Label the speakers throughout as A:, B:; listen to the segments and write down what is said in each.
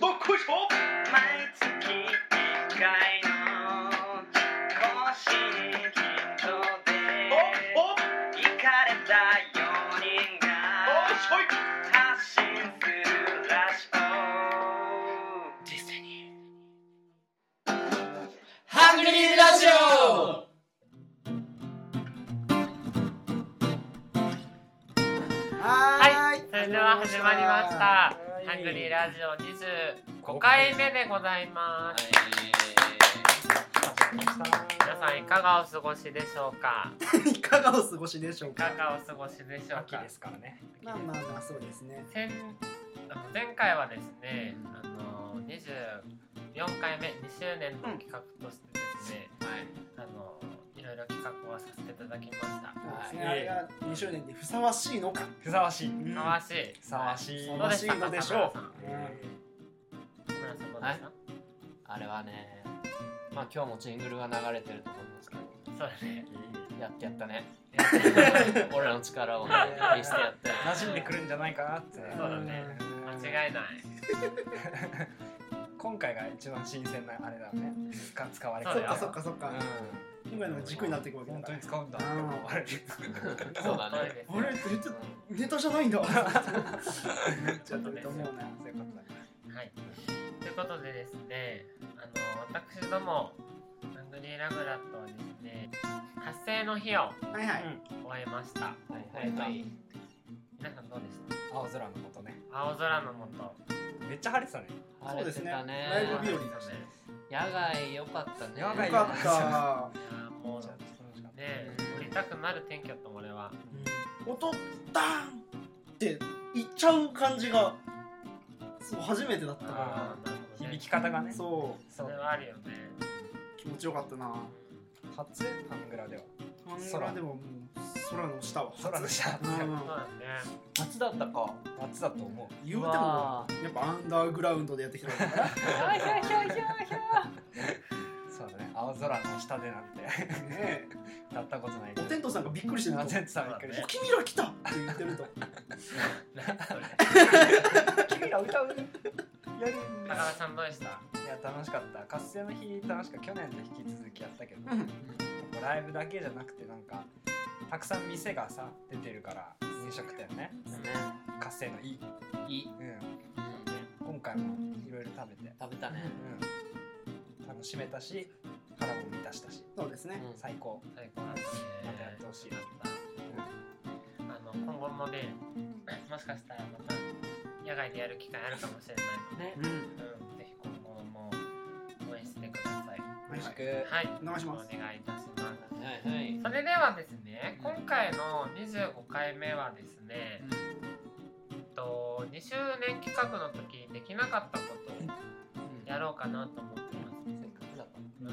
A: どっこいしょ
B: 毎月1回の更新頻度で
A: おおお
B: 行かれた4人が
A: いしょい
B: 発信するラジオ
C: ディズニ
D: ハングリーラジオはーい
C: ーそれでは始まりました「ハングリーラジオ25回目でございます皆さんいかがお過ごしでしょうか
D: い かがお過ごしでしょう
C: いか
D: か
C: がお過ごしでしょう
E: 秋
C: か
E: ですからね。
D: まあまあまあそうですね
C: 前あの前回はですねあの24回目2周年の企画としてですね、あのいろいろ企画をさせていただきました
D: そうですね
E: はい
D: あれが2周年でふさわしいのか
E: ふさわしい。
D: うん
C: ふさわしい
E: ふさわしい。
D: ふさわしいのでしょう
C: う村さんどうでした
F: あれはね、まあ今日もジングルが流れてると思うんですけど、
C: そうだね
F: やってやったね。俺らの力をね、見せてやって。
E: 馴染んでくるんじゃないかなって。
C: そうだね間違いない
E: 今回が一番新鮮なあれだね。使使われ
C: そ
D: そうっ
C: だ
D: か
C: よ
D: そっかそっか
E: う
D: 今のが軸になっていくわ
E: ん。
D: けだ
E: 本
D: か
E: 当
D: ら
E: に使うんだって思われる。
F: そうだね。
C: です
D: あれって言ってネタじゃない んだなっちゃってると思うな
E: そういうことだね。
C: はい。ということでですね、あの私どもハングリーラグラットはですね、発生の日を
D: はいはい
C: 終えました。
F: はいはい。
C: 皆さんどうでした？
E: 青空のことね。
C: 青空のもと。
E: めっちゃ晴れてたね。
D: そう
F: 晴れ
D: で
F: て
D: すね
F: たね。
D: ライブ日和
C: だね。
F: 野外良かった
E: 野
F: ね。
D: よ
E: 外
D: かった
C: いやーもう
E: ちょっと楽しかった
C: ね、降りたくなる天気だったもん俺は。
D: 音ダーンっていっちゃう感じがそう初めてだったか
C: あーなるほどね
E: 響き方がね
D: ら。そ
C: それはあるよね。
D: う気持ちよかったな
E: 初ハングラでは。
D: 空でももう空の下は
E: 空でした。
D: うん
C: そうだね。
F: 初だったか。
E: 夏だと思う。
D: 言うても
F: うわ
D: やっぱアンダーグラウンドでやってきたからね
E: そうだね。青空の下でなんて
D: ね
E: やったことない
D: えおテントさんがびっくりしてると
E: あ
D: 思う
E: 全さんびっくりし
D: 「君ら来た!」って言ってると
E: た。君ら歌うやるん
C: 高
E: だ。
C: 田さんどうでした？
E: いや楽しかった活性の日楽しかった去年と引き続きやったけど、
D: うん
E: ライブだけじゃなくてなんかたくさん店がさ出てるから飲食店ね
F: ね。
E: 活性のいい、
F: いい。
E: うん、
F: うん
E: 今回もいろいろ食べて、
F: 食べたね。
E: うん、楽しめたし腹も満たしたし
D: そうですね
E: 最高
C: 最高だったね。
E: またやってほしい
C: なった。あの今後もね、もしかしたらまた野外でやる機会あるかもしれないの
D: うん
C: で。う
F: ね。
C: ん、ぜひ今後も応援してください。
E: よ
D: はい
E: ろしく、
C: はい、
D: お願いします
C: お願いいたします。
F: はいはい。
C: それではですね、今回の25回目はですね、えっと2周年企画の時にできなかったことをやろうかなと思ってます。
F: せっかくだか
C: う
F: ら。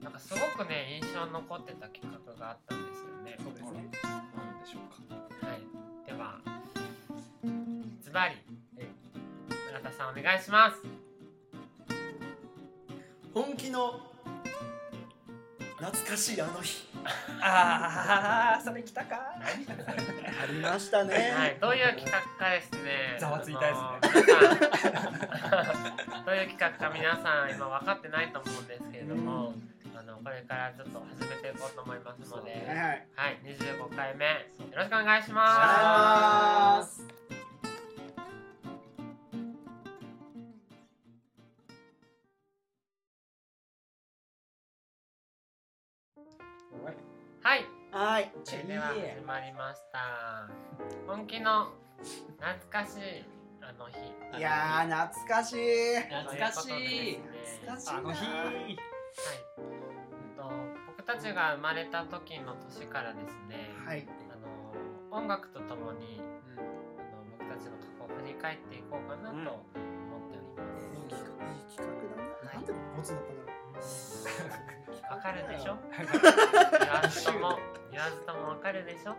C: ん。なんかすごくね、印象に残ってた企画があったんですよね。
D: そうです
E: な
D: ね
E: んでしょうか
C: はい。では、ズバリ、村田さんお願いします。
D: 本気の懐かしいあの日
E: ああそれ来たか
D: ありましたね、
C: はい、どういう企画かですね。
E: ざわついたやつ
C: あの。皆さん どういう企画か皆さん今分かってないと思うんですけれども、あのこれからちょっと始めていこうと思いますので、
D: はいはい
C: はい、25回目よろしくお願いし
D: お
C: ま
D: 願いします
C: す。はい、
D: はい
C: それでは始まりました。本気の懐かしいあの日。
D: いやー懐かしい
F: 懐かしい。
C: 懐かしい
E: あの日
C: はい。うんと僕たちが生まれた時の年からですね、
D: はい
C: あの音楽とともに、あの僕たちの過去を振り返っていこうかなと思っておりま
D: いい企画いい企画だな、なんでこんなボツだったんだろ
C: す。
D: う
C: わ、かるでしょ？言わ ずとも言わずともわかるでしょ？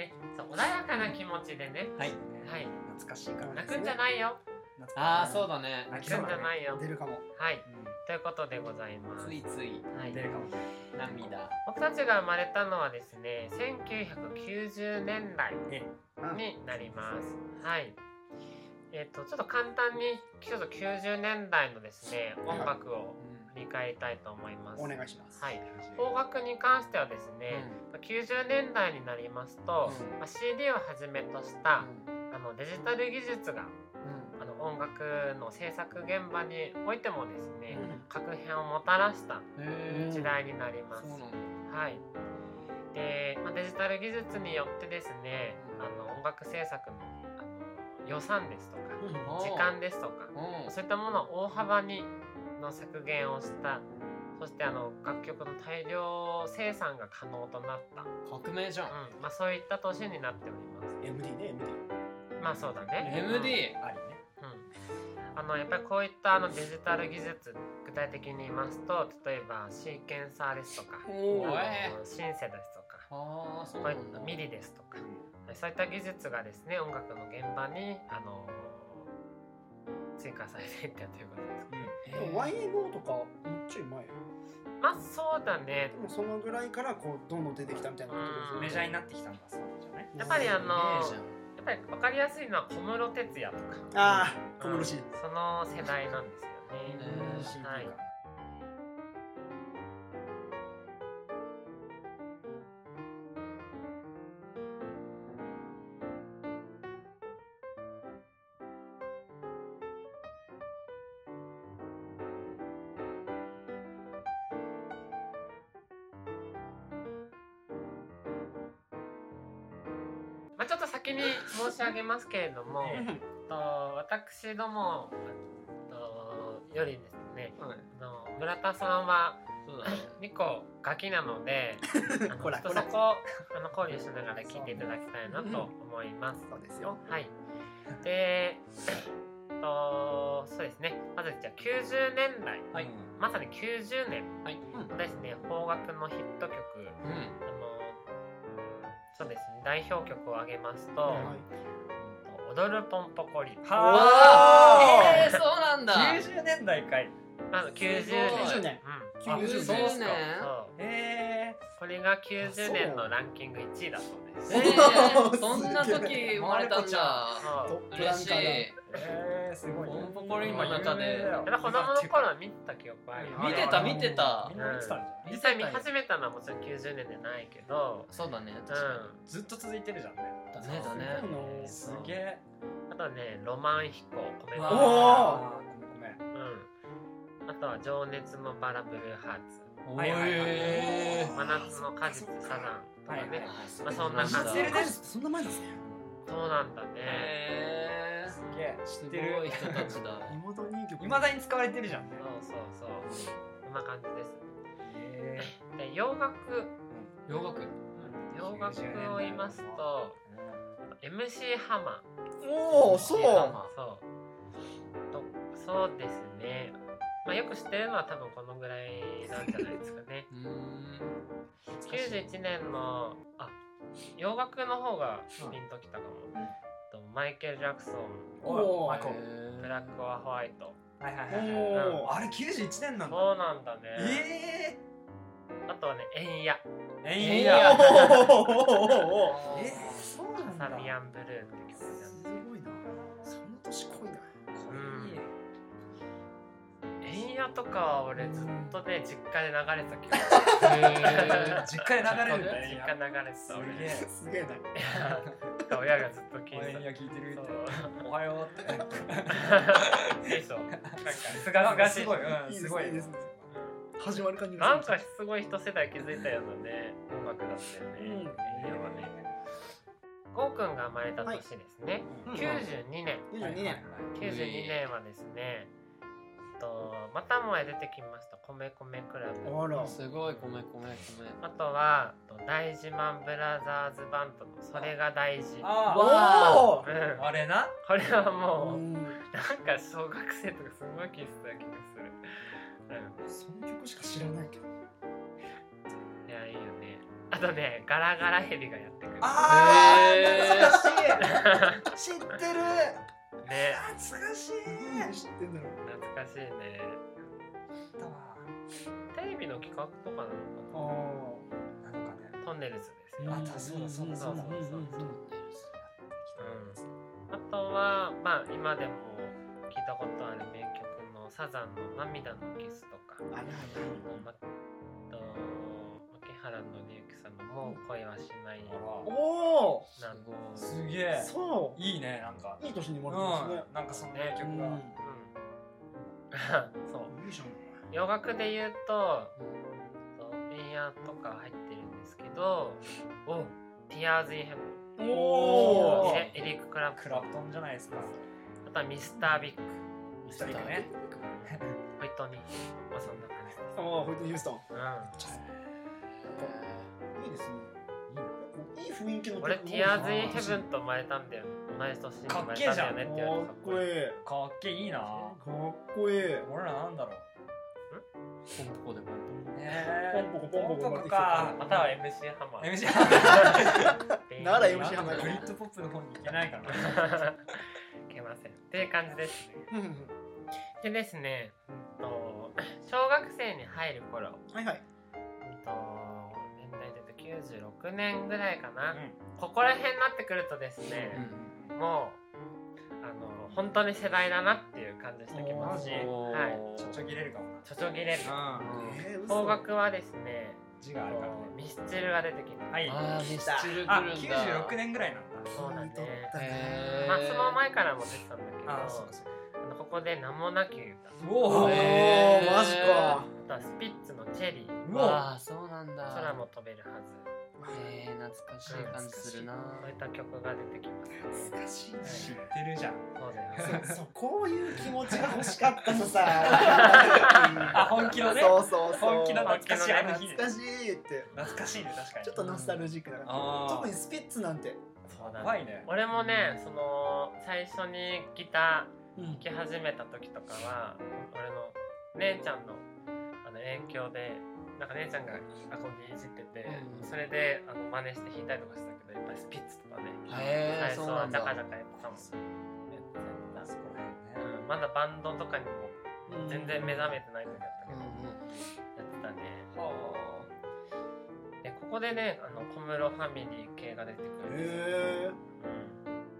C: ね、そう穏やかな気持ちでね、
F: はい
C: はい、
E: 懐かしいか
D: そう
E: ら
D: で
C: 泣
D: すね
C: くんじゃないよ、
E: 懐
F: ああ
E: かしい
F: そうだね。
E: 泣き
C: 泣
E: そう
C: くんじ
E: だ
C: ゃ
E: ね
C: ないよ。
D: 出るかも
C: はい、ということでございます。
F: ついつい
C: はい
E: 出るかも
F: 涙。
C: 僕たちが生まれたのはですね1990年代
E: ね
C: になりますはいえっとちょっと簡単にちょっと90年代のですね音楽を
E: う
C: 振り返りたいと思います。
D: お願いします。
C: はい、邦楽に関してはですね、まあ90年代になりますと、まあ CD をはじめとした、あのデジタル技術があの音楽の制作現場においてもですね、確変をもたらした
F: へ
C: 時代になります。
F: そうなんだ
C: はい。で、まあ、デジタル技術によってですね、
F: うん
C: あの音楽制作のあの予算ですとか、
D: うん
F: あー
C: 時間ですとか、
F: うん
C: そういったものを大幅にの削減をした。そしてあの楽曲の大量生産が可能となった、う
F: 革命じゃん
C: んまあ、そういった年になっております
D: MD ね MD。
C: まあそうだね
F: MD
E: ありね
C: うん、あのやっぱりこういったあのデジタル技術具体的に言いますと例えばシーケンサーですとか
D: お
F: ー
C: あのシンセですとか
F: ああそう
C: こう
F: ないんだ
C: うミリですとかそういった技術がですね音楽の現場にあの追加されていったということですか
F: へ
D: で
F: ー
D: も YMO とかもうちょい前よ。
C: まあそうだね
D: でもそのぐらいからこうどんどん出てきたみたいなことですよ
C: うん
E: メ
D: ね
E: ジャーになってきたんだそうじゃない
C: やっぱりあの
F: すげえ
C: やっぱり分かりやすいのは小室哲哉とか
D: ああ小
C: うん
D: 室氏。
C: その世代なんですよね。
F: うん
C: はい
E: CD が
C: まあ、ちょっと先に申し上げますけれども、
E: え
C: えっと私どもえっとよりですね、
F: はい
C: あの村田さんは
F: そうだね
C: 2個ガキなのであの
D: ほら
C: ちょっとそこをあの考慮しながら聞いていただきたいなと思います。
D: そうですよ。
C: はい、で、えっと、そうですねまずじゃあ90年代
F: はい
C: まさに90年
F: はい
C: のですね邦楽のヒット曲
F: うん
C: あのそうですね代表曲を挙げますと
D: はい
C: 「踊るポンポコリン」
E: は
F: えーそうなんだ
E: あ90年代かい
C: まず90
F: すご
C: 年
F: い
D: 90年。
C: う
E: あ
C: ん
F: 90
E: そうっすか
C: そう
F: 年
E: え
C: これが90年のランキング1位だそう です
F: え
D: お
F: ー
D: ー
F: そんな
D: すげ
F: 時生まれたんだ
C: そ
D: ト
C: う
D: ップラ
F: 嬉
D: ン
F: し
D: カーだ
F: い
E: ー、えー、すごい
F: ポンポコリンの中で
E: 有名だ
C: やっぱ
E: よ
C: 子供の頃見た記憶あるよ
F: 見てた見てた
E: みんな見てたんじゃない
C: 実際見始めたのはもちろん90年でないけど
F: そうだね
C: う
F: 確か
C: ん
E: ずっと続いてるじゃんね
F: にだねだね
D: すごい
E: す
D: の
E: げえ
C: あとね「ロマン飛行」コメ
F: う
C: ン
F: わ
C: ト
D: お
E: あーごめんごめん
C: うんあとは「情熱のバラブルーハーツ」
F: お
E: はいはいはい
F: えー
C: 真夏の果実サザンと
E: は
C: か
E: い
C: ね、
E: はいはい
C: まあそんな感
D: カ
C: じ
D: セ
C: セ
D: ル
C: ル
D: で。
C: です
D: そんな前ですね。
C: そうなんだね、
F: へー
E: すげえ知
F: す
E: っ
F: ご
E: てる
F: い人たちだ
D: 妹人形。
E: いまだに使われてるじゃんね
C: そうそうそうこんな感じです
E: え
C: で洋楽、
F: 洋楽
C: うん洋楽を言いますと MC ハマ
D: おお
F: いいな
D: そう。
C: ーそうとそうですね、まあ、よく知ってるのは多分このぐらいなんじゃないですか ね
F: うーん
C: 91年のあ洋楽の方が
E: うん
C: ピンときたかも、とマイケル・ジャクソン
E: お
D: おー
E: マイコ
C: ブラック・オア・ホワイト
E: はいはいはいはい
D: おお。
E: あれ91年なんだ
C: そうなんだね、
E: え
C: あとはね「えんや」
E: ーえ
F: え
E: い
F: い
E: や
F: や
E: え
F: え
E: ーそう
C: 「
E: なん
C: サ
E: だ
C: ビアンブルー」って曲なんです
D: すごいな。その年濃いな。
C: うんエンヤとかは俺ずっとね実家で流れてたけど
F: ー
E: 実家 で流れるんだ
C: 実
E: ね
C: 家流れて
E: す
C: た俺
E: げえ
D: すげえな。
C: いや親がずっ と聞い
E: お
C: て
E: 前
C: た
E: には聞いてる
C: そ
E: っ
C: う
E: ておはようってなんか
C: でしょなんかすがすがしい
E: すごいうん
D: いいです
E: すごい
D: いいです
C: う
D: 始まる感じ
C: ん
D: が
C: なんかすごい一世代気づいたようなね音楽だったよね、
D: うん
C: エンヤはねゴーくんが生まれた年ですね、
D: うん
C: 92年
D: 二十二年。
C: 92年はですね、えっとまたもや出てきました米米クラブ
D: あら。
F: すごいごめんごめんごめん
C: あとはえっと大事マンブラザーズバンドの「それが大事」
E: あ
D: おお
C: う。
E: ー
C: ん
E: あれな
C: これは
D: う
C: もうんなんか小学生とかすごい聞いてた気がする、
D: その曲しか知らないけど。
C: うん、いやいいよねあとねガラガラヘビがやってくる
E: あ
F: へー
E: ー懐かしい知ってる
C: ね
E: 懐かしい
D: 何知ってんだろう。
C: 懐かしいね
E: だわ
C: テレビの企画とかなの
D: あ
C: かな
E: なのかね
C: トンネルズです
D: あ。
C: よ
E: あそうだそうだそうだ
C: そうそうそうそ
D: う
C: う
D: んうんうんうん
C: うんあとは、まあ、今でも聞いたことある名曲のサザンの「涙のキス」とか、
D: あな
C: ま、と牧原紀之さんの「もう恋はしない」
E: あ
D: おお
C: など、
E: らすげえ
D: そ
E: いいねなんか
D: ういい年に生
E: う
D: まれて
E: んなんかそんな曲が、
D: ますね
C: うん そう
D: うんいいじゃん
C: 洋楽で言うと「とエイヤー」とか入ってるんですけど「おティアーズ・イン・ヘブン
E: おー」
C: エリック・クラプ
E: ク
C: ト
E: ラ
C: ン
E: プトンじゃないですか
C: あとはミスター・ビッグ
E: 一人かね
C: ホイットニーまあそんな感じです
D: ああホイットニー・ヒューストン
C: う
D: いいですねいい雰囲気の
C: ん
D: 曲
C: 俺ティアーズ・イン・ヘブンと生まれたんだよね同じ年に生まれたんだよねって言われ
D: か
C: て
D: っこいい
E: かっけいいな
D: かっこいい
E: 俺らなんだろ
F: ポンポコでポンポ
E: う
F: コ
E: ね
D: ポンポコポンポ
E: ポン
D: コ
E: ポコか
C: または MC ハマー
E: MC
D: なら MC
E: なん
D: 浜
E: か
D: 田
E: グリッドポップの方に行けないかな
C: いけませんっていう感じですね
D: うんうん
C: でですねうんと小学生に入る頃
D: はいはい
C: うんと年代で言うと96年ぐらいかな、
E: う
C: ここら辺になってくるとですね、もうあの本当に世代だなっていう感じしてきます
E: マジ
C: は
E: んちょちょ切れるかもな
C: ちょちょぎれ
E: うん
D: え
C: る
D: ー嘘
C: 方角はですね
E: 字があるからね
C: ミスチルが出てきます、
E: はい
F: あーミスチル
E: あ
F: 来るんだ
E: 96年ぐらいなんだ
C: そうだね
F: へー
C: まあその前からも出てたんだけど
E: あ
C: あ
E: ーそうかそうか
C: のここで「名もなき歌」
E: おお
D: お
F: へ
D: ーマジか
C: あとはスピッツの「チェリー
E: うわ
F: わあそうなん」
C: 「
F: だ
C: 空も飛べるはず」
F: えー、懐かしい感じするな
C: そういった曲が出てきますね
D: 懐かしいな
E: 知ってるじゃん
C: そうだよ
D: そそうこういう気持ちが欲しかったのさ
E: あ本気のね
D: そうそうそう
E: 本気の懐かしいあの日ね
D: 懐かしいって
E: 懐かしいね確かに
D: ちょっとノスタルジックだから
E: あ
D: 特にスピッツなんて
C: そうだ
E: あ
C: ね
E: 怖いね
C: 俺もねその最初にギタ
D: う
C: ー弾
D: ん
C: き始めた時とかは俺の姉ちゃんのあの影響でなんか姉ちゃんがアコギいじってて、
F: うん
C: それであの真似して弾いたりとかしたけどやっぱりスピッツとかね
F: へえ
C: 最
F: そ
C: 初
F: うな
C: は
F: ん
C: ジャカジ
F: だ
C: ャカやってたもんやって
E: そこら
C: た
E: 辺ね
C: うんまだバンドとかにも全然目覚めてない時だったけ
F: う
C: ど、
F: んうん
C: やってたねでここでねあの小室ファミリー系が出てくるんですよ、
D: へえ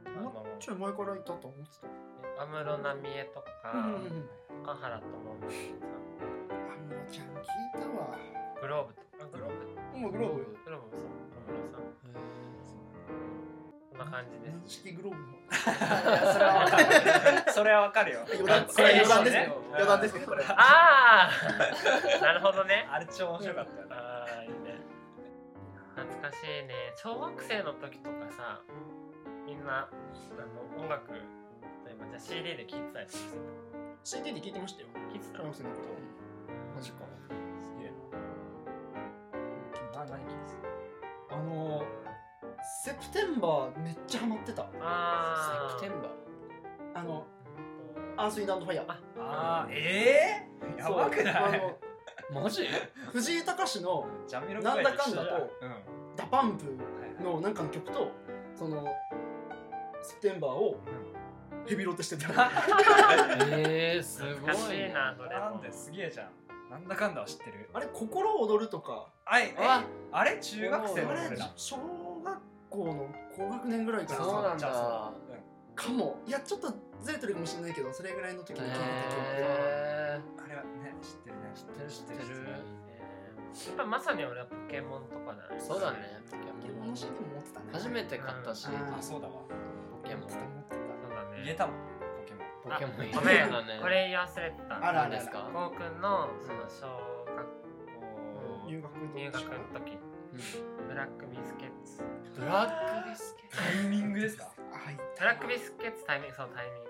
C: うんあの
D: もうちょい前からいたと思ってた
C: 安室奈美恵とか、
D: うんうんうん
C: 岡原智美さ
D: あのちゃん聞いたわ
C: んグローブとかグローブ
D: もうグローブ
C: グローブもそう小室さんこんな感じです、ね、
D: 軟式グローブ
E: それは
D: の
E: わかるそれはわかるよ
D: 余談
E: それ
D: 余談です
E: ね
D: ね余談ですねこれ
C: ああ なるほどね
E: あれ超面白かったよな
C: ああいいね懐かしいね小学生の時とかさみんなあの音楽例えばじゃあ CD で聴いてたりして
D: CD で聞いてましたよ
C: た聴いてた
D: 小学生のこと
F: マジか
E: すげえなな何聞いてた
D: あのーセプテンバーめっちゃハマってた
C: ああ
F: セプテンバー
D: あのアース・インド・アンド・ファイヤー
E: あーええやばくな
D: そう
E: い
F: マジ
D: あの藤井隆の
E: ジャミロ
D: なんだかんだと
E: うんは
D: ダパンプ
E: いはい
D: のなんかの曲とそのセプテンバーをヘビロテしてた
F: えー、すごい
C: 懐かしいなどれも
E: なんですげえじゃんなんだかんだは知ってる
D: あれ心躍るとか
E: あいえ
F: あ
E: あれ中学生の
D: あ
E: 俺
D: れ
E: ら
D: 小学校の高学年ぐらいか
F: そ
D: ら
F: うなんだ
E: じゃあそう
D: かもいやちょっとずれてるかもしれないけどそれぐらいの時に聞いてた曲
F: え
E: うんあれはね知ってるね知っ
F: ー、知ってる知ってる
C: やっぱまさに俺はポケモンとかだね
F: そうだねポ
D: ポ
F: ケ
D: ケモ
F: モ
D: ン
F: ン
D: の CD も持ってたね
F: 初めて買ったし、
D: うん
E: あそうだわ
F: ポケ
D: 持
F: モ
D: っ
F: ン
D: てた持って
C: そうだね
E: 入れたもんポケモン
C: ご
F: ポケモン
C: めん
F: だね
C: これ言い忘れてた
D: あら
F: 何ですか
C: こうくんのその小
D: た
C: 学校
D: 入学の時
C: 入学の時
F: うん
C: ブラックビスケッツ
F: ブラックビスケット
E: タイミングですか
D: あ入っ
C: ブラックビスケッツタイミングそのタイミング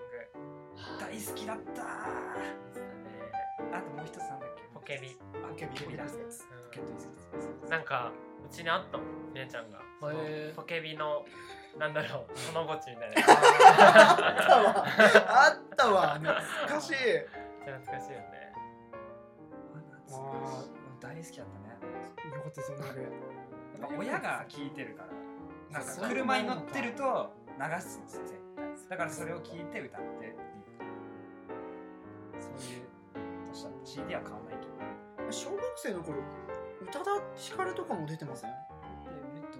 E: 大好きだった
C: でしたね
E: あともう一つなんだっけ
C: ポケビ
E: あポケビ
D: ポケビ
E: だ
D: です
E: ポケットビスケッ
C: う
E: ト
C: んなんかうちにあったもん姉ちゃんがその
F: へー
C: ポケビのなんだろうそのごちみたいな
D: あったわあったわ懐かしい
C: 懐かしいよね
E: 懐かしい大好きだったね
D: よかったですよねあれ
E: やっぱ親が聞いてるからなん
F: そう
E: か車に乗ってると流すんですよ絶対だからそれを聞いて歌ってそういう年だった CD は買わないけど
D: 小学生の頃宇多田ヒカルとかも出てません
E: えっと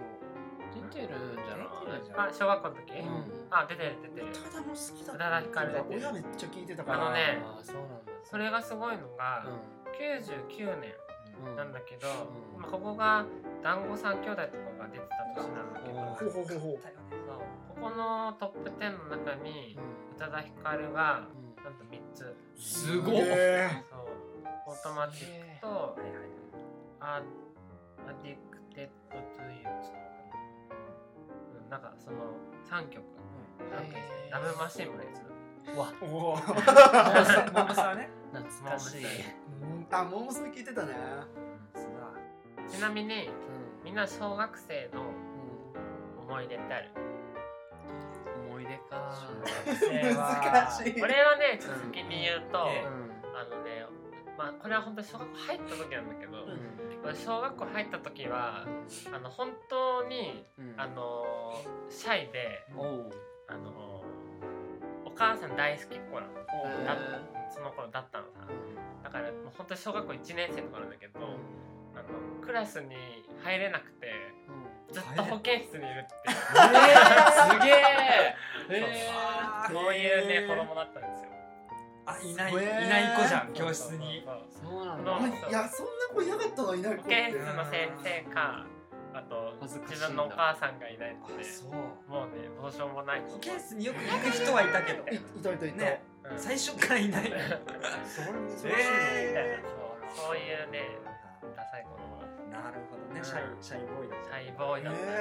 F: 出ててるんじゃない
C: あ小学校の時、
F: うん
C: あ出てる出てる
D: ただも好きだ
C: 宇多田ヒカルだって
D: 親めっちゃ聞いてたか
C: あ
D: ら
C: のね
F: あーそうなんだ
C: それがすごいのが、
F: う
C: 99年
F: ん
C: なんだけど、
F: うん
C: まあ、ここが団子三兄弟とかが出てた年なんだけど、
F: うん
D: ほうほうほうほう
E: だよね
C: そうここのトップ10の中に
F: うん
C: 宇多田ヒカルが
F: うん
C: なんと3つ
F: すごっ
D: えー
C: そうオートマティック
E: は
C: と
E: いはいはい
C: アアディクテッド・トゥ・ユーズうんなんかその3曲なんか
F: へー
C: ラブマシンもやつ
F: わ
D: おお
E: モン スターモンスターね
F: 懐かしい
D: あモンス聞いてたね
E: そうだ
C: ちなみにみんな小学生の
F: うん
C: 思い出って ある
F: うん思い出か
D: 難しい
C: これはねちょっと先に言うと、
E: ええ
C: あのねまあこれは本当に小学校入った時なんだけど、小学校入った時はあの本当に
F: うんうん
C: あのシャイで
F: おう
C: あのお母さん大好きっ子なの
F: へ
C: だ
F: ー
C: その頃だったのさ
F: うん
C: だからもう本当に小学校1年生とかなんだけど、あのクラスに入れなくてずっと保健室に いるっていう
F: すげえ
C: そう
F: へ
E: あ
C: そういう
D: へー
C: ね子供だったんですよ
E: あいないい
D: すごい
E: ない子じゃん教室に
C: そうそう
F: ーそうなん
C: あ
F: だ
C: の
D: いやそんな子いなかったのいない
C: そ
D: 子
C: う保健室の先生かあと
F: 恥ずかしいんだ
C: 自分のお母さんがいないので
E: そう
C: もうねどうしようもない
E: 保健室によく行く人はいたけど
D: いいたいたいた、
E: ね
C: うん
E: 最初から いない
D: それ珍しいな、
C: みたいな
E: え
C: そうそういうねダサい子供だっ
E: ーなるほどねシャイシャイボーイだ
C: たシャイボーイだった、
D: え
C: そう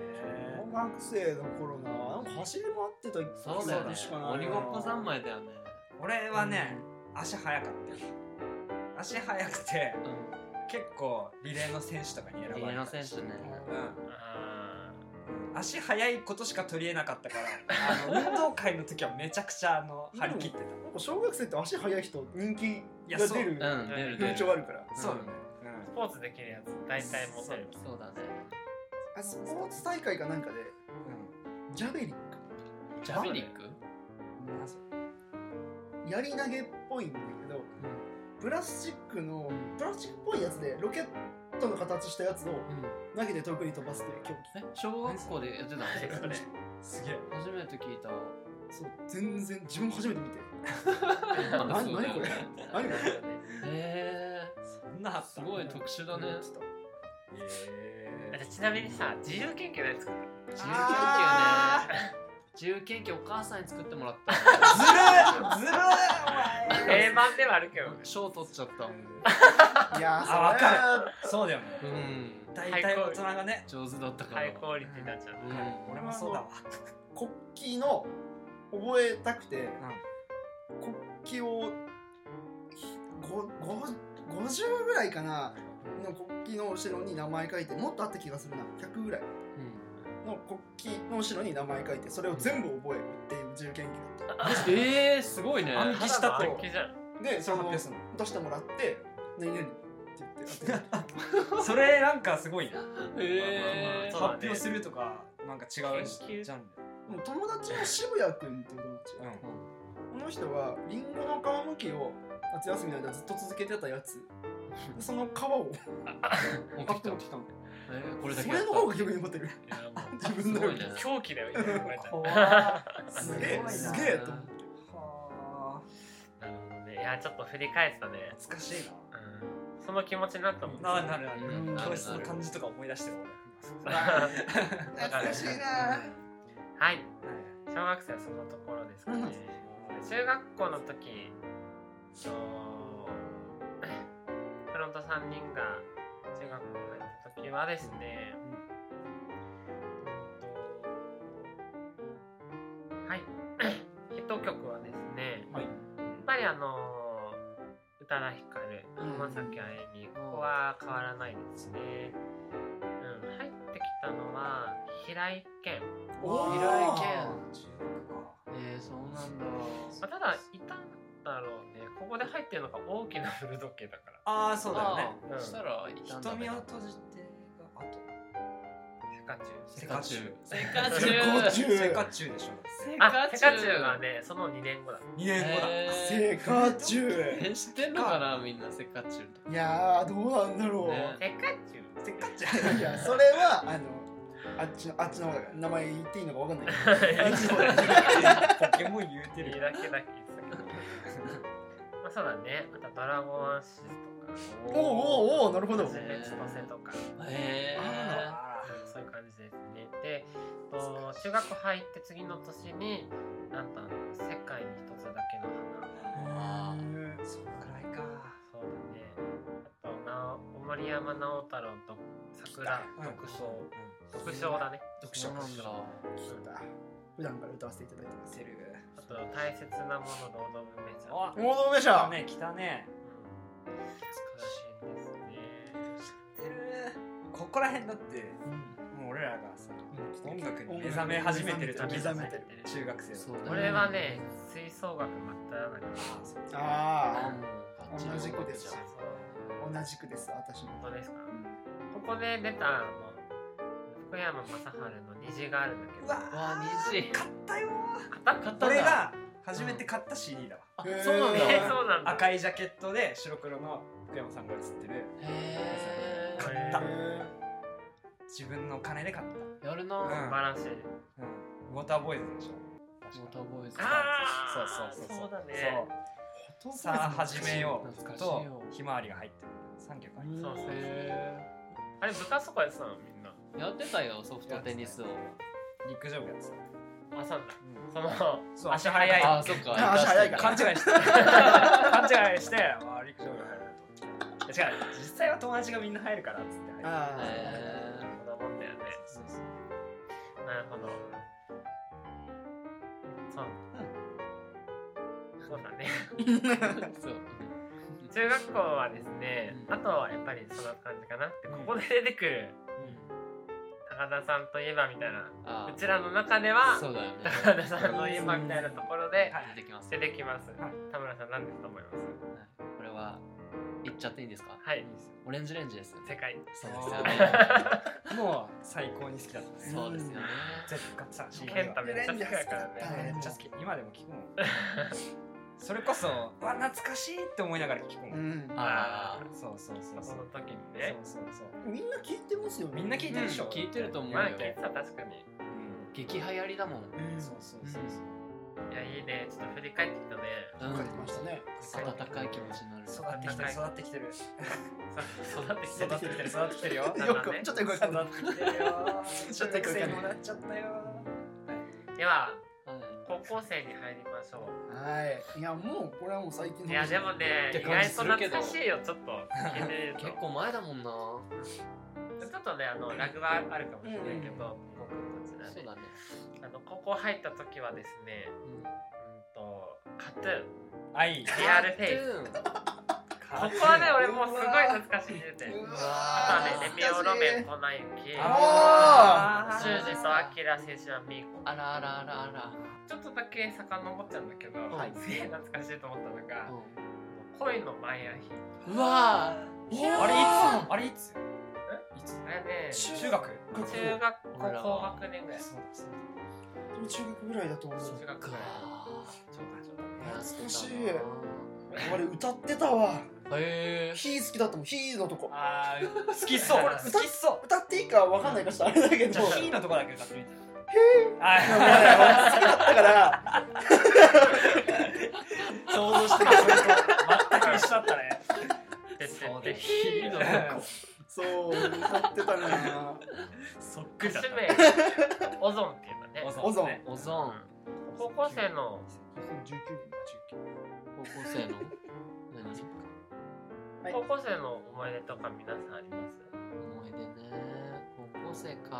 D: え
E: へ
D: 小学生の頃ななんか走り回ってた
F: そうだよね
D: 記憶しかない
F: 鬼
D: な
F: ごっこ三昧だよね
E: ー俺はね足速かったよ足速くて
F: うん
E: 結構リレーの選手とかに選ばれた
F: リレーの選手ね
E: うん
C: あ
E: 足速いことしか取りえなかったから あの運動会の時はめちゃくちゃあの張り切ってた
D: なんか小学生って足速い人人気
E: や
D: が
E: そう
D: 出る
F: うん出る出
D: 風
F: る
D: 潮あるから
F: ん
E: そうだね
C: ースポーツできるやつ大体モテる
F: そうだね
D: あスポーツ大会かなんかでジャベリッ
F: ジャベリック
E: うんうんまあそう
D: クやり投げっぽいんだけどプラスチックのプラスチックっぽいやつでロケットの形したやつを
F: うん
D: 投げて遠くに飛ばすという競
F: え小学校でやってたの
D: 技
F: それ
E: すげえ
F: 初めて聞いた
D: そう全然自分初めて見て
F: な
D: 何
F: そうだ
D: 何
F: よ
D: これ
F: ね
D: 何これ
F: へ
E: そんなあ
F: ー
E: った
F: すごい特殊だね
E: え
C: ちなみにさ自由研究のやつ作っ
F: 自由研
E: あ
F: 究ね自由研究お母さんに作ってもらっ
E: ずるいずるいお
C: た
E: 前
C: 定番ではあるけどね
F: た賞取っちゃった
D: いやーそれ
E: あわかるそうだよね
F: うん
E: 大体大人がね
F: 上手だったから
C: ハイクオリティになっちゃう
F: うん
E: 俺もそうだわ
D: 国旗の覚えたくて、国旗をごご50ぐらいかなの国旗の後ろに名前書いてもっとあった気がするな100ぐらいの国旗の後ろに名前書いてそれを全部覚えるっていう自由研究だっ
F: う んえーすごいね
E: 暗記した
C: ただの暗
E: と
C: 記じゃん
D: たでそ
E: 発
D: の
E: 表す ん
D: 出してもらって「何々」って言ってあ
E: のそれなんかすごいな
F: えー
E: 発表するとかなんか違うジ
C: 研究
E: ャン
D: でも友達の渋谷君っていう友達
E: ルうん
D: この人はリンゴの皮むきを夏休みの間ずっと続けてたやつでその皮を
F: 持って
D: パ
F: き
D: ッ
F: た
D: と持ってきたの
F: えーこれだ
D: そ
F: けやっ
D: れ
F: た
D: の方が記憶に残ってる
F: いやもう
D: 自分の
F: すごいね
C: 狂気だよ今考えたら
E: 怖い
D: すげえ
E: す
D: す
E: ごいな
D: げえと思って
E: は
C: なるほどねいやちょっと振り返ったね
E: あ懐かしいな
C: うんその気持ちになったもん
E: なるなるな
F: うん
E: る
D: なる
E: 教室の感じとか思い出してる俺
D: 懐かしいな
C: はい小学生はそのところですかね中学校の時と フロント3人が中学校に入った時はですね、うんとはい ヒット曲はですね、
E: はい
C: やっぱりあの宇多田ヒカル
F: うん
C: 浜崎あゆみここは変わらないですね、うん、入ってきたのは平井堅、
D: おー
F: 平井
E: 中
F: 堅
E: 学か
F: えーそうなんだ
C: まあ、ただいたんだろうねここで入ってるのが大きな古時計だから
E: ああそうだよね
F: あー
C: うん
F: そしたらいたんだね
E: 瞳を閉じてがあと
C: 世カチュウ
E: セカチュウ
F: セ
D: カ
F: カ
D: チ
F: チ
D: ュ
F: ュ
D: ウ
F: ウ
E: セカチュウでしょ
C: あセカチュウがねその2年後だ
E: 2年後だ、
D: セカチュ
F: え知ってんのかなみんなセカチュウと
D: ウいやーどうなんだろう、
F: ね
C: セカチュウ
E: セカチュ
D: いやそれはあのあっちのあっちの方だから名前言っていいのかわかんないけど
E: ウポケモン言うて
C: い
E: る
C: いだけだけ言ってたけ どまあそうだねあとドラゴンアッシュと
D: お
C: か
D: うおうおうなるほど
C: ジェツとセとか
F: へえ
E: あ
C: そういう感じですね。で、と中学入って次の年に、なんとあの世界に一つだけの花。
F: あ
E: ーそんくらいか
C: そうだね。あとなお、森山直太朗と桜
E: うん
C: 独唱。独唱だね。
E: 読
F: そ
E: 書
F: うなんだ
D: 聞いた普段から歌わせていただいてます
E: セルフ
C: あと、大切なものロード・オブ・メジャー。
E: あ
D: おどめし
E: 来た
D: ゃ
E: ね来たね
C: うん。悲しいですね。
E: ここら辺だってもう俺らがさ音楽に目覚め始めてる時
D: 目覚めてる
E: 中学生
F: そ
E: だ
F: うだね
C: 俺はね、吹奏楽まったらなかった。
E: あーそう
D: あ
F: あもうバッチリ
D: 同じくです
C: そう
D: あ同じくです私も
C: 本当ですかここで出たあの福山雅治の虹があるんだけど
E: うわ
F: うわ虹
E: 買ったよ
C: 硬かった
E: これが初めて買った CD だわ
F: あ
D: へー
F: そうなんだ
C: えーそうなんだ
E: 赤いジャケットで白黒の福山さんが写ってる
F: へ
C: これ
F: え
E: 買っ
D: へ
E: 自分の金で買っ
F: やるな
E: うん
C: 素晴らしい
E: た、うん、ウォーターボーイズでしょ
F: モーターボーイズ
C: あー
E: そうそうそう
C: そうだね
E: そうさあ始めよ
F: 懐
E: う
F: かしいよ
E: とひまわりが入ってる三曲ありま
D: ー
C: そうそう
F: へ
C: あれ部活とかやってたのみんな
F: えやってたよソフトテニスを
E: す陸上部やつさ、
C: あそうなんだ
E: う
C: その
E: ん、そう足
C: 足速
E: 速
C: い
E: い
F: ああそっか
D: あ足早いから
E: 勘違いして 勘違いしてあー陸上部入るといや違う実際は友達がみんな入るからっつって入る
D: あ
F: へえ
C: そんなもんだよね
E: そうそう
C: なるほどそうそうだね
F: そう
C: 中学校はですねあとはやっぱりそんな感じかなでここで出てくる高田さんといえばみたいな
F: あ
C: うちらの中では
F: そうだよね
C: 高田さんの今みたいなところで
E: はい
F: 出てきます
C: 出
F: ね
C: てきます
E: はい
C: 田村さん何ですと思います
F: はいこれは言っちゃっていいんですか
C: はい
F: オレンジレンジですよね
C: 世界
F: そう
E: で
F: ですす
E: よ
F: よ
E: ね
F: ね
E: もう最高に好きだったね
F: そうですよね
E: 全部買ってた CD
C: ケンタ
E: は
C: めっちゃ好きだか
D: レ
C: ら
D: ンジャーズだった
E: め
C: ね
D: ね
E: っちゃ好き今でも聞くもんそれこそうわ懐かしいって思いながら聞く
D: ー
E: も
D: うんん
F: ああ
E: そうそうそう
C: そ
E: そう
C: の時に
E: そう
C: ね
E: そうそう
D: みんな聞いてますよね
E: みんな聞いてるでしょ
F: 聞いてると思う
C: まあ
F: よ
C: 聞いてた確かに
F: 激流行りだもん
D: うん
E: そうそうそうそう
C: いやいいねちょっと振り返ってきたね
F: うん
D: わかりましたね
F: 温かい気持ちになる
E: 育ってきてる育ってきてる
C: そ育ってきて
E: 育ってきてる育ってきてるよ
D: よくちょっとよくわかんない
E: 育ってきてるよ
D: ちょっとよくわ
E: 中学
D: かんない
E: 生にもなっちゃったよ
C: では
F: はい
C: 高校生に入りましょ
D: はいいやもうこれはもう最近
C: う
D: の
C: いやでもね
F: っ
C: 意
F: て感
C: 外
F: じ
C: と
F: するけど
C: 懐かしいよちょっと聞いてみると
F: 結構前だもんな
C: ちょっとねあのラグはあるかもしれないけど僕こちら
F: そう
C: ね
F: だね
C: あの高校入った時はですねう
F: うん
C: んとカトゥーン
E: はい
C: リアルフェイスここはね俺もうすごい懐かしい出て
D: うわ
C: あ
D: ー
C: とねレミオロメン粉雪
D: あ
C: 修
F: ー
C: 二とアキラ青春はミーコ
F: あらあらあらあら
C: ちょっとだけ遡っちゃうんだけど、
F: はい
C: すげえ懐かしいと思ったのが
F: う
C: 「恋のマイアヒ
F: んうわ
E: あれいつあれいついつ
C: あれね
D: 中
E: 中学
C: 中学校
F: 俺ら
C: 高
F: は
C: 学年ぐらい
E: そうそう
D: 俺中学ぐらいだと思う
C: 中
F: ー
C: 学
F: か
C: ぐらいちょうだちょう
D: 懐かしい
F: やって
D: 俺歌ってたわ
F: たなへえ
D: ヒー好きだったもんヒーのとこ
E: あー好きそう
C: 俺
E: 好きそう
D: 歌っていいかわかんないかしたあれだけ
E: じ
D: ど
E: ゃ
D: 好
E: あ
D: き
E: C のとこだけ歌ってみて
D: だ
E: は
D: った から
E: い想像してたそれと全く一緒だったね
C: だ
E: そう
C: で
E: だ
C: でヒーの
D: そう歌ってたな
E: そっくりだっ
C: 歌手
E: た
C: 名オゾンっていうんだね
D: オゾン
E: ね
F: おぞん
C: 高校生の
F: 高校生の何
D: はい
C: 高校生の思い出とか皆さんあります
F: 思い出ね高校生
D: 高
F: か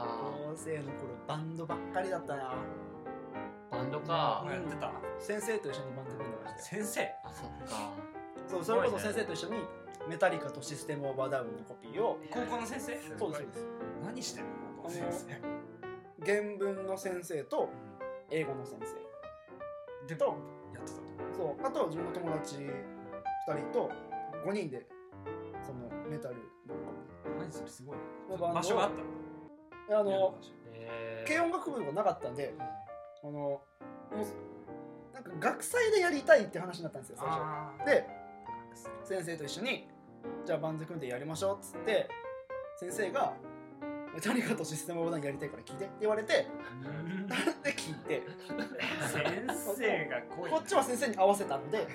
D: 校生の頃バンドばっかりだったな
F: バンドか
E: やってた
D: 先生と一緒にバンド組んでましたよ
E: 先生
F: あそっか
D: そうそれこそ先生と一緒にメタリカとシステムオーバーダウンのコピーを
E: 高校の先生
D: そうですそうです
E: 何してるの高校の先生
D: 原文の先生と英語の先
E: で
D: 生と
E: やってた
D: そうあとは自分の友達2人と5人でそのメタル
E: 何それすごい
D: のバンドを
E: 場所があったの
D: あの
C: えー
D: 軽音楽部がなかったんであのもうなんか学祭でやりたいって話になったんですよ最初
E: あー
D: で先生と一緒にじゃあバンド組んでやりましょうっつって先生が「メタリカとシステムオブダウンやりたいから聞いて」って言われてで聞いて
E: 先生が濃い
D: こっちは先生に合わせた んで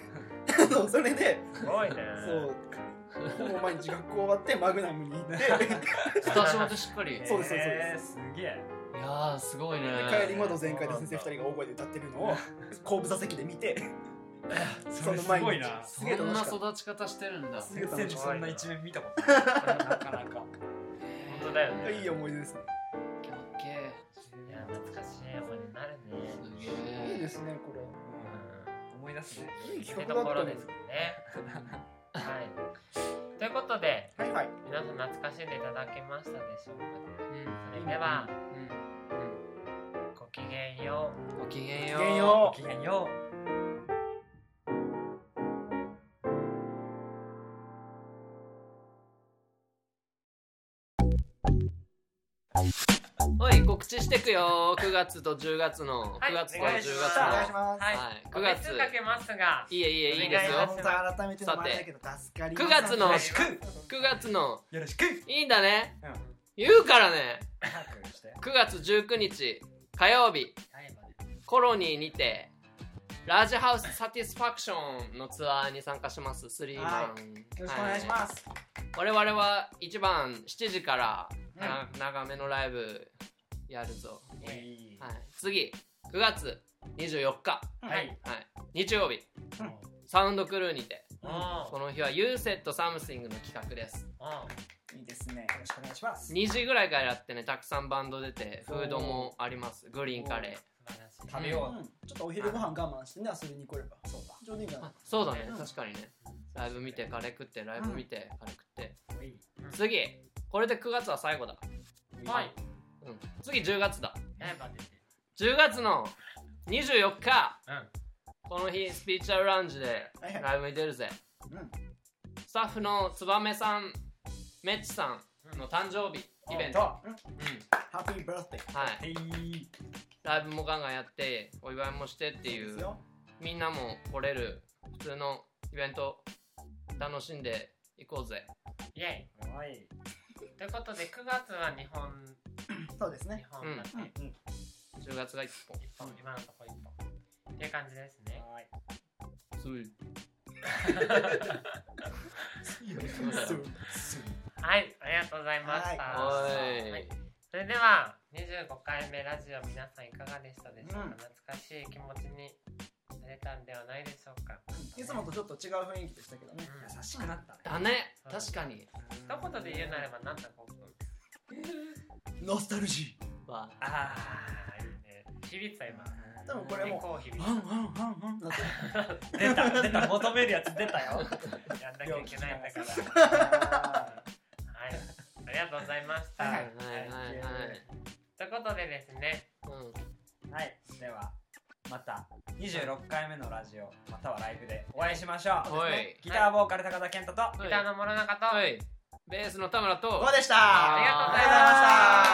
D: あのそれです
C: ごいね
D: そうほぼ毎日学校終わってマグナムに行 って
F: スタジオでしっかり。い
E: え
F: や
E: ー
D: そうですそうです
E: すげえ
F: ー、すごいね。
D: 帰り窓全開で先生2人が大声で歌ってるのを後部座席で見て
E: それすごいな
D: す
F: そ
D: げえ
F: ん
D: 楽
F: な
D: しかっ
F: 育ち方してるんだ。
D: すげえ
E: 先生に
D: 楽し
E: そ
D: か
E: ん
D: っ
E: な一面見たことないなかなか
C: 本当だよ
D: た
C: ね
D: いい思い出ですね
F: オッケーオッケ
C: いや懐かしい思いになるね
F: ー。すげ
D: いいで
F: え。
D: すねこれ
E: 思い出すね
D: いい
C: うんって
D: 企
C: と
D: 画だ
C: こ
D: った
C: ろ
D: ね
C: ですねはいということで
D: はいはい
C: 皆さん懐かしんでいただけましたでしょうかね
F: うん
C: それでは
F: うん
C: ごきげんよう
F: ごきげんよ
D: ごきげん
F: う。
D: よう
E: ごきげんよう
F: おい、告知してくよ。9月と10月の。
C: はい
F: 9月と
C: お
F: 10
C: 願い
F: 月
C: し
F: の。
C: ます
D: お願いします、
C: はい
F: はい。9
C: お熱
F: 月。
C: かけますが
F: いいえいいえ、いいんです
C: お願いします。
F: よ
D: 本当改めての前だけど助かります
F: 9月の
D: はい
E: しく
F: 9月の
E: よろしく
F: いいんだね、
E: うん
F: 言うからね
E: 早くして
F: 9月19日火曜日コロニーにてラージハウスサティスファクションのツアーに参加しますスリーマン、
D: はいよろしくお願いします、
F: はい我々は1番7時から、
D: うん
F: な長めのライブやるぞ、
E: い
F: はい、次9月24日、
E: はい
F: はい、日曜日、
D: うん
F: サウンドクルーにて
C: お
F: この日は You Said Something の企画です
C: お
D: いいですね
E: よろしくお願いします
F: 2時ぐらいからやってねたくさんバンド出てフードもありますグリーンカレ
C: 素晴らしい
E: 食べよ
D: うんちょっとお昼ご飯我慢してね遊びに来ればそうだちょうどいいんじゃ
F: ー
D: ない
F: あそうだね
D: うん
F: 確かにねライブ見てカレー食ってライブ見てカレー食って
E: ういい
F: 次これで9月は最後だ、
C: はい
F: うん、次10月だ
C: やれば出て
F: 10月の24日
C: うん
F: この日スピーチャルラウンジで
D: はいはい
F: ライブに出るぜ
D: うん
F: スタッフのつばめさんめっちさんの誕生日イベント、
E: ト
F: うん
D: ハッピーバースデー
F: はい、
E: えい
F: ライブもガンガンやってお祝いもしてってい
D: です
F: う
D: よ
F: みんなも来れる普通のイベント楽しんでいこうぜ
C: イエ
E: はい
C: イということで9月は日本
D: そうです
C: 日
D: ね
C: 本だっ
D: う
C: て
D: んうん
F: 10月が1本
C: 一本今のとこ一本っていう感じですね
E: はい
C: はいありがとうございました
F: はい
C: はそれでは25回目ラジオ皆さんいかがでしたでしょうか、
D: うん
C: 懐かしい気持ちになれたんではないでしょうか
D: いつもとちょっと違う雰囲気でしたけどね
C: うん
E: 優しくなったね
F: だね確かに
C: 一言で言うならば何だこう
D: ノスタルジ
F: わ
E: あ
C: ああいいね響いた今
D: ー多分これもう
C: 結構響い
D: ワンワンワンワンだって
E: ー出た出た求めるやつ出た よ
C: たやんなきゃいけないんだから
E: ら
C: はいありがとうございました、
E: はい
F: はいはいはい
C: ということでですね
F: うん
E: はい、ではまた26回目のラジオまたはライブでお会いしましょう、
F: おい
E: ギターボーカル高田健太と、
C: ギターの諸中と、
F: はいベースの田村と
D: どうでした
F: あ
C: ありがとうござ
D: あ
C: いま
D: りがとうございま
C: し
D: したた